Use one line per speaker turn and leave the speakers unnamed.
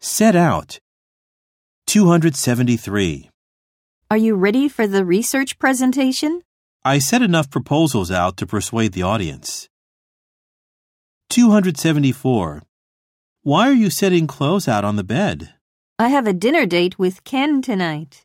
Set out. 273.
Are you ready for the research presentation?
I set enough proposals out to persuade the audience. 274. Why are you sitting clothes out on the bed?
I have a dinner date with Ken tonight.